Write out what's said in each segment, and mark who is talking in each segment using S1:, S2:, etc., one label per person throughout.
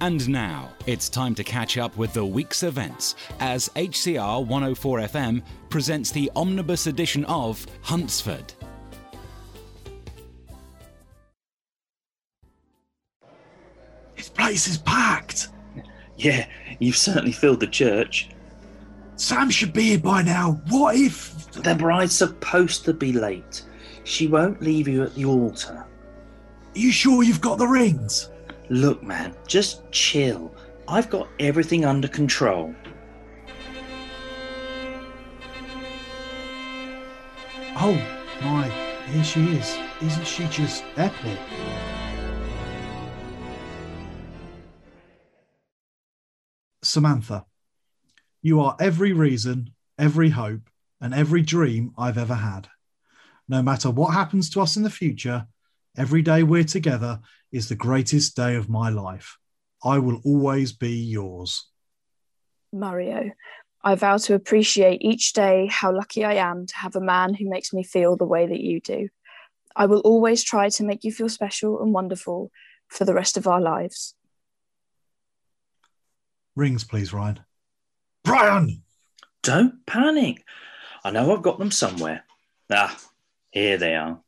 S1: And now it's time to catch up with the week's events as HCR 104 FM presents the omnibus edition of Huntsford.
S2: This place is packed.
S3: Yeah, you've certainly filled the church.
S2: Sam should be here by now. What if?
S3: The bride's supposed to be late. She won't leave you at the altar.
S2: You sure you've got the rings?
S3: Look, man, just chill. I've got everything under control.
S2: Oh my, here she is. Isn't she just epic? Samantha, you are every reason, every hope, and every dream I've ever had. No matter what happens to us in the future, every day we're together is the greatest day of my life. I will always be yours.
S4: Mario. I vow to appreciate each day how lucky I am to have a man who makes me feel the way that you do. I will always try to make you feel special and wonderful for the rest of our lives.
S2: Rings, please, Ryan. Brian!
S3: Don't panic. I know I've got them somewhere. Ah, here they are.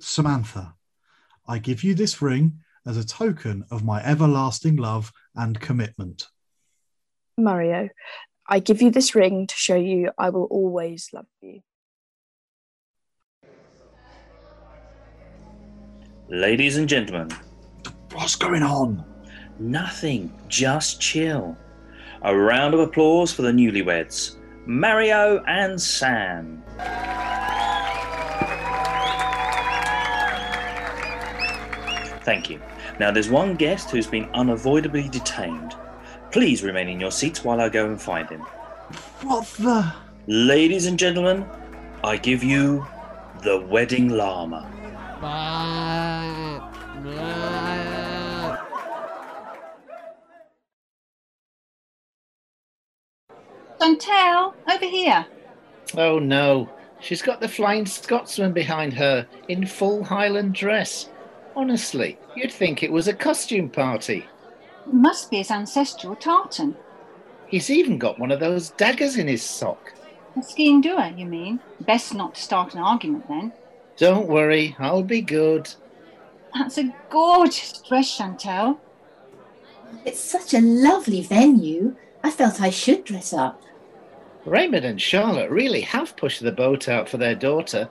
S2: Samantha, I give you this ring as a token of my everlasting love and commitment.
S4: Mario, I give you this ring to show you I will always love you.
S3: Ladies and gentlemen,
S2: What's going on?
S3: nothing, just chill. A round of applause for the newlyweds, Mario and Sam. Thank you. Now, there's one guest who's been unavoidably detained. Please remain in your seats while I go and find him.
S2: What the?
S3: Ladies and gentlemen, I give you the wedding llama.
S5: Chantel, over here.
S6: Oh no, she's got the Flying Scotsman behind her in full Highland dress. Honestly, you'd think it was a costume party.
S5: Must be his ancestral tartan.
S6: He's even got one of those daggers in his sock.
S5: A skiing doer, you mean? Best not to start an argument then.
S6: Don't worry, I'll be good.
S5: That's a gorgeous dress, Chantel.
S7: It's such a lovely venue. I felt I should dress up.
S6: Raymond and Charlotte really have pushed the boat out for their daughter.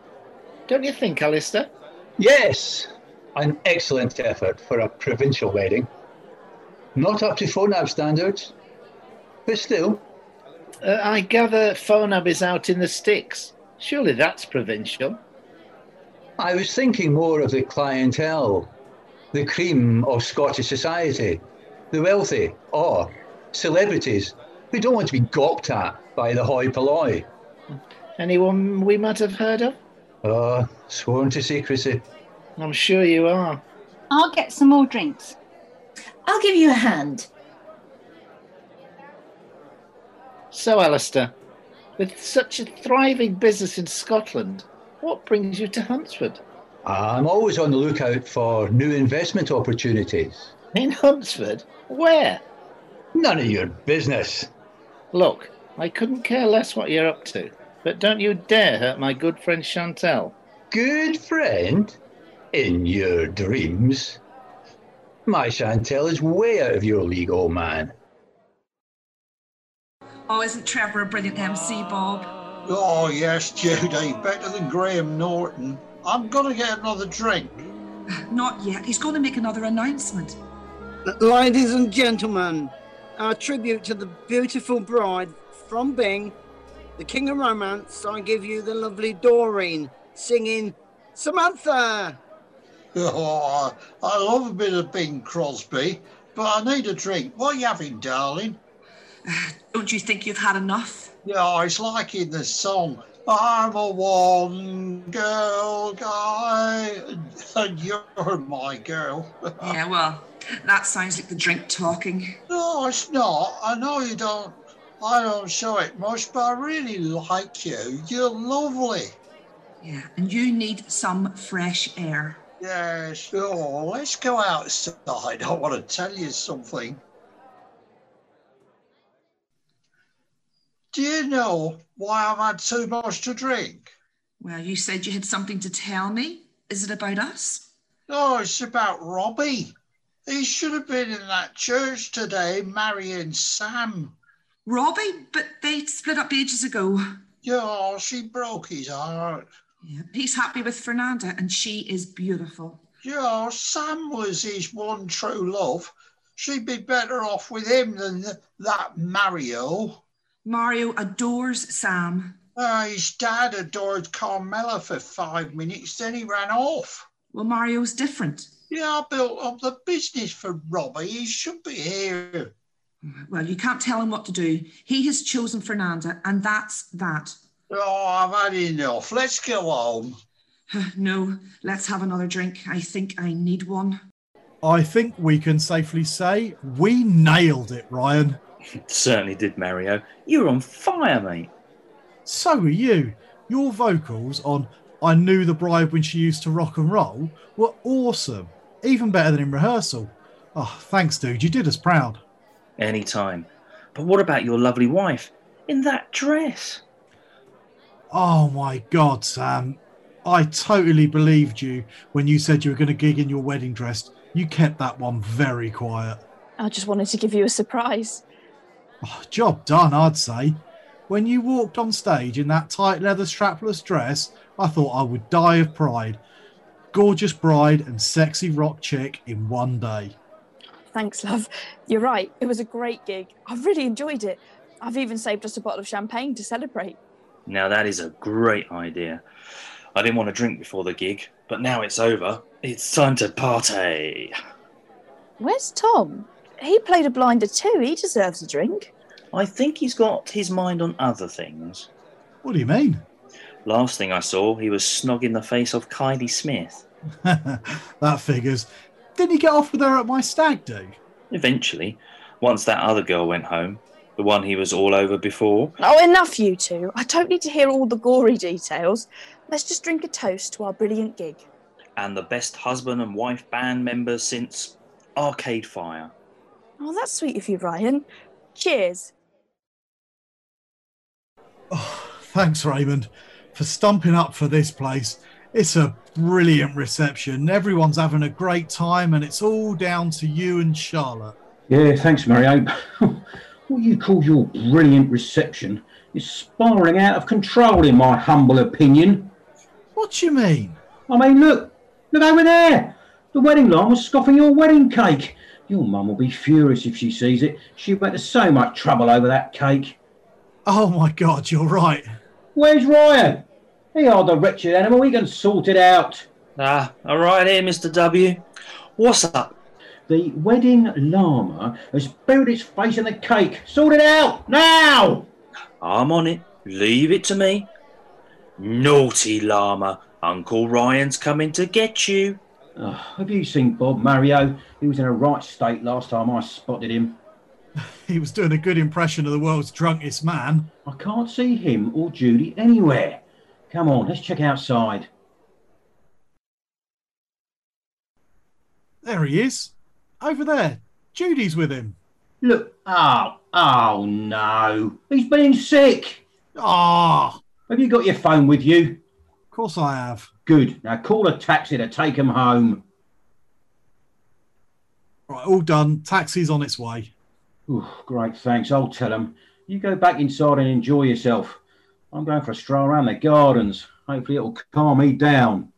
S6: Don't you think, Alistair?
S8: Yes, an excellent effort for a provincial wedding. Not up to Phonab standards, but still,
S6: Uh, I gather Phonab is out in the sticks. Surely that's provincial.
S8: I was thinking more of the clientele, the cream of Scottish society, the wealthy, or celebrities who don't want to be gawped at by the hoi polloi.
S6: Anyone we might have heard of?
S8: Uh, sworn to secrecy.
S6: I'm sure you are.
S5: I'll get some more drinks.
S7: I'll give you a hand.
S6: So, Alistair, with such a thriving business in Scotland, what brings you to Huntsford?
S8: I'm always on the lookout for new investment opportunities.
S6: In Huntsford? Where?
S8: None of your business.
S6: Look, I couldn't care less what you're up to, but don't you dare hurt my good friend Chantel.
S8: good friend in your dreams. My Chantel is way out of your league, old man.
S9: Oh, isn't Trevor a brilliant MC, Bob?
S10: Oh, yes, Judy. Better than Graham Norton. I'm going to get another drink.
S9: Not yet. He's going to make another announcement.
S11: Ladies and gentlemen, our tribute to the beautiful bride from Bing, the king of romance, I give you the lovely Doreen singing Samantha.
S10: Oh, I- I love a bit of Bing Crosby, but I need a drink. What are you having, darling?
S9: Don't you think you've had enough?
S10: Yeah, it's like in the song. I'm a one girl guy, and you're my girl.
S9: Yeah, well, that sounds like the drink talking.
S10: No, it's not. I know you don't. I don't show it much, but I really like you. You're lovely.
S9: Yeah, and you need some fresh air.
S10: Yeah, sure. Let's go outside. I want to tell you something. Do you know why I've had too much to drink?
S9: Well, you said you had something to tell me. Is it about us?
S10: No, it's about Robbie. He should have been in that church today marrying Sam.
S9: Robbie? But they split up ages ago.
S10: Yeah, she broke his heart.
S9: Yeah. He's happy with Fernanda, and she is beautiful.
S10: Yeah, Sam was his one true love. She'd be better off with him than th- that Mario.
S9: Mario adores Sam.
S10: Uh, his dad adored Carmela for five minutes, then he ran off.
S9: Well, Mario's different.
S10: Yeah, I built up the business for Robbie. He should be here.
S9: Well, you can't tell him what to do. He has chosen Fernanda, and that's that.
S10: Oh, I've had enough. Let's go home.
S9: No, let's have another drink. I think I need one.
S2: I think we can safely say we nailed it, Ryan.
S3: Certainly did, Mario. You were on fire, mate.
S2: So were you. Your vocals on I Knew the Bride When She Used to Rock and Roll were awesome, even better than in rehearsal. Oh, thanks, dude. You did us proud.
S3: Any time. But what about your lovely wife in that dress?
S2: Oh my God, Sam. I totally believed you when you said you were going to gig in your wedding dress. You kept that one very quiet.
S4: I just wanted to give you a surprise.
S2: Oh, job done, I'd say. When you walked on stage in that tight leather strapless dress, I thought I would die of pride. Gorgeous bride and sexy rock chick in one day.
S4: Thanks, love. You're right. It was a great gig. I've really enjoyed it. I've even saved us a bottle of champagne to celebrate.
S3: Now that is a great idea. I didn't want to drink before the gig, but now it's over. It's time to party.
S4: Where's Tom? He played a blinder too. He deserves a drink.
S3: I think he's got his mind on other things.
S2: What do you mean?
S3: Last thing I saw, he was snogging the face of Kylie Smith.
S2: that figures. Didn't he get off with her at my stag do?
S3: Eventually, once that other girl went home, the one he was all over before,
S4: Oh, enough, you two. I don't need to hear all the gory details. Let's just drink a toast to our brilliant gig.
S3: and the best husband and wife band members since Arcade Fire.
S4: Oh, that's sweet of you, Ryan. Cheers.
S2: Thanks, Raymond, for stumping up for this place. It's a brilliant reception. Everyone's having a great time, and it's all down to you and Charlotte.
S12: Yeah, thanks, Mario. what you call your brilliant reception is spiraling out of control, in my humble opinion.
S2: What do you mean?
S12: I mean, look, look over there. The wedding line was scoffing your wedding cake. Your mum will be furious if she sees it. She went to so much trouble over that cake.
S2: Oh my God, you're right.
S12: Where's Ryan? He are the wretched animal. We can sort it out.
S3: Ah, all right here, Mr. W. What's up?
S12: The wedding llama has buried its face in the cake. Sort it out now.
S3: I'm on it. Leave it to me. Naughty llama. Uncle Ryan's coming to get you.
S12: Ugh, have you seen Bob Mario? He was in a right state last time I spotted him.
S2: He was doing a good impression of the world's drunkest man.
S12: I can't see him or Judy anywhere. Come on, let's check outside.
S2: There he is. Over there. Judy's with him.
S12: Look, oh, oh no. He's been sick.
S2: Ah,
S12: Have you got your phone with you?
S2: of course I have.
S12: Good. Now call a taxi to take him home.
S2: Right, all done. Taxi's on its way.
S12: Ooh, great, thanks. I'll tell him. You go back inside and enjoy yourself. I'm going for a stroll around the gardens. Hopefully it'll calm me down.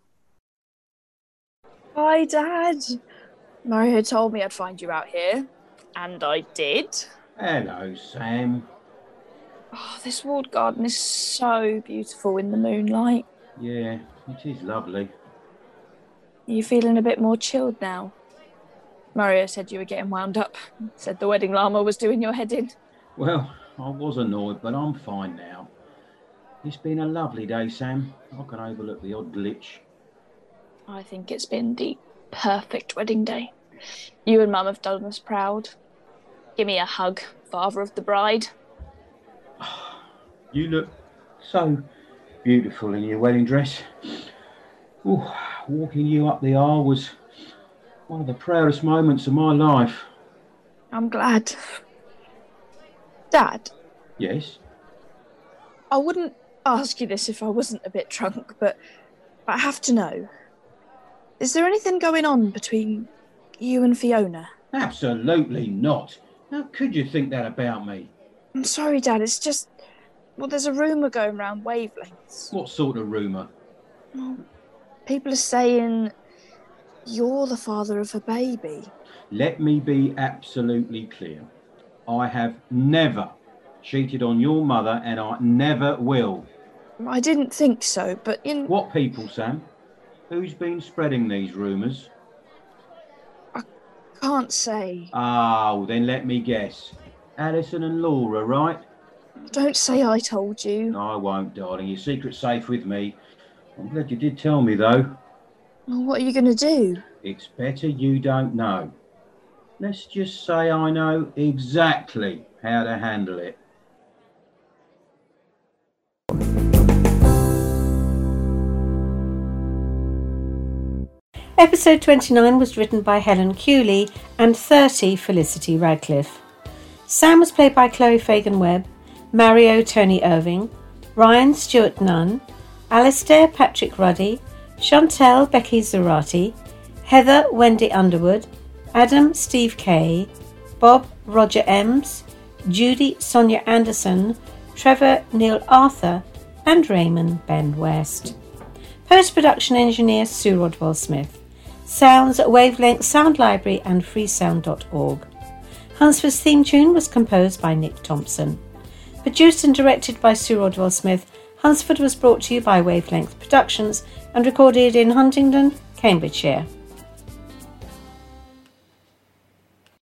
S4: Hi, Dad. Mario told me I'd find you out here, and I did.
S12: Hello, Sam.
S4: Oh, this walled garden is so beautiful in the moonlight.
S12: Yeah, it is lovely.
S4: Are you feeling a bit more chilled now? Mario said you were getting wound up. Said the wedding llama was doing your head in.
S12: Well, I was annoyed, but I'm fine now. It's been a lovely day, Sam. I can overlook the odd glitch.
S4: I think it's been the perfect wedding day. You and Mum have done us proud. Give me a hug, father of the bride.
S12: You look so beautiful in your wedding dress. Ooh, walking you up the aisle was one of the proudest moments of my life.
S4: I'm glad. Dad,
S12: Yes.
S4: I wouldn't ask you this if I wasn't a bit drunk, but I have to know. Is there anything going on between you and Fiona?
S12: Absolutely not. How could you think that about me?
S4: I'm sorry, Dad, it's just. Well, there's a rumour going round wavelengths.
S12: What sort of rumour?
S4: Well, people are saying you're the father of her baby.
S12: Let me be absolutely clear. I have never cheated on your mother and I never will.
S4: I didn't think so, but in.
S12: What people, Sam? Who's been spreading these rumours?
S4: Can't say.
S12: Oh, then let me guess. Alison and Laura, right?
S4: Don't say I told you.
S12: No, I won't, darling. Your secret's safe with me. I'm glad you did tell me, though.
S4: Well, what are you going to do?
S12: It's better you don't know. Let's just say I know exactly how to handle it.
S13: Episode 29 was written by Helen Cooley and 30 Felicity Radcliffe. Sam was played by Chloe Fagan Webb, Mario Tony Irving, Ryan Stewart Nunn, Alastair Patrick Ruddy, Chantel Becky Zerati, Heather Wendy Underwood, Adam Steve Kay, Bob Roger Ems, Judy Sonia Anderson, Trevor Neil Arthur, and Raymond Ben West. Post production engineer Sue Rodwell Smith. Sounds at Wavelength Sound Library and freesound.org. Huntsford's theme tune was composed by Nick Thompson. Produced and directed by Sue Rodwell Smith, Hunsford was brought to you by Wavelength Productions and recorded in Huntingdon, Cambridgeshire.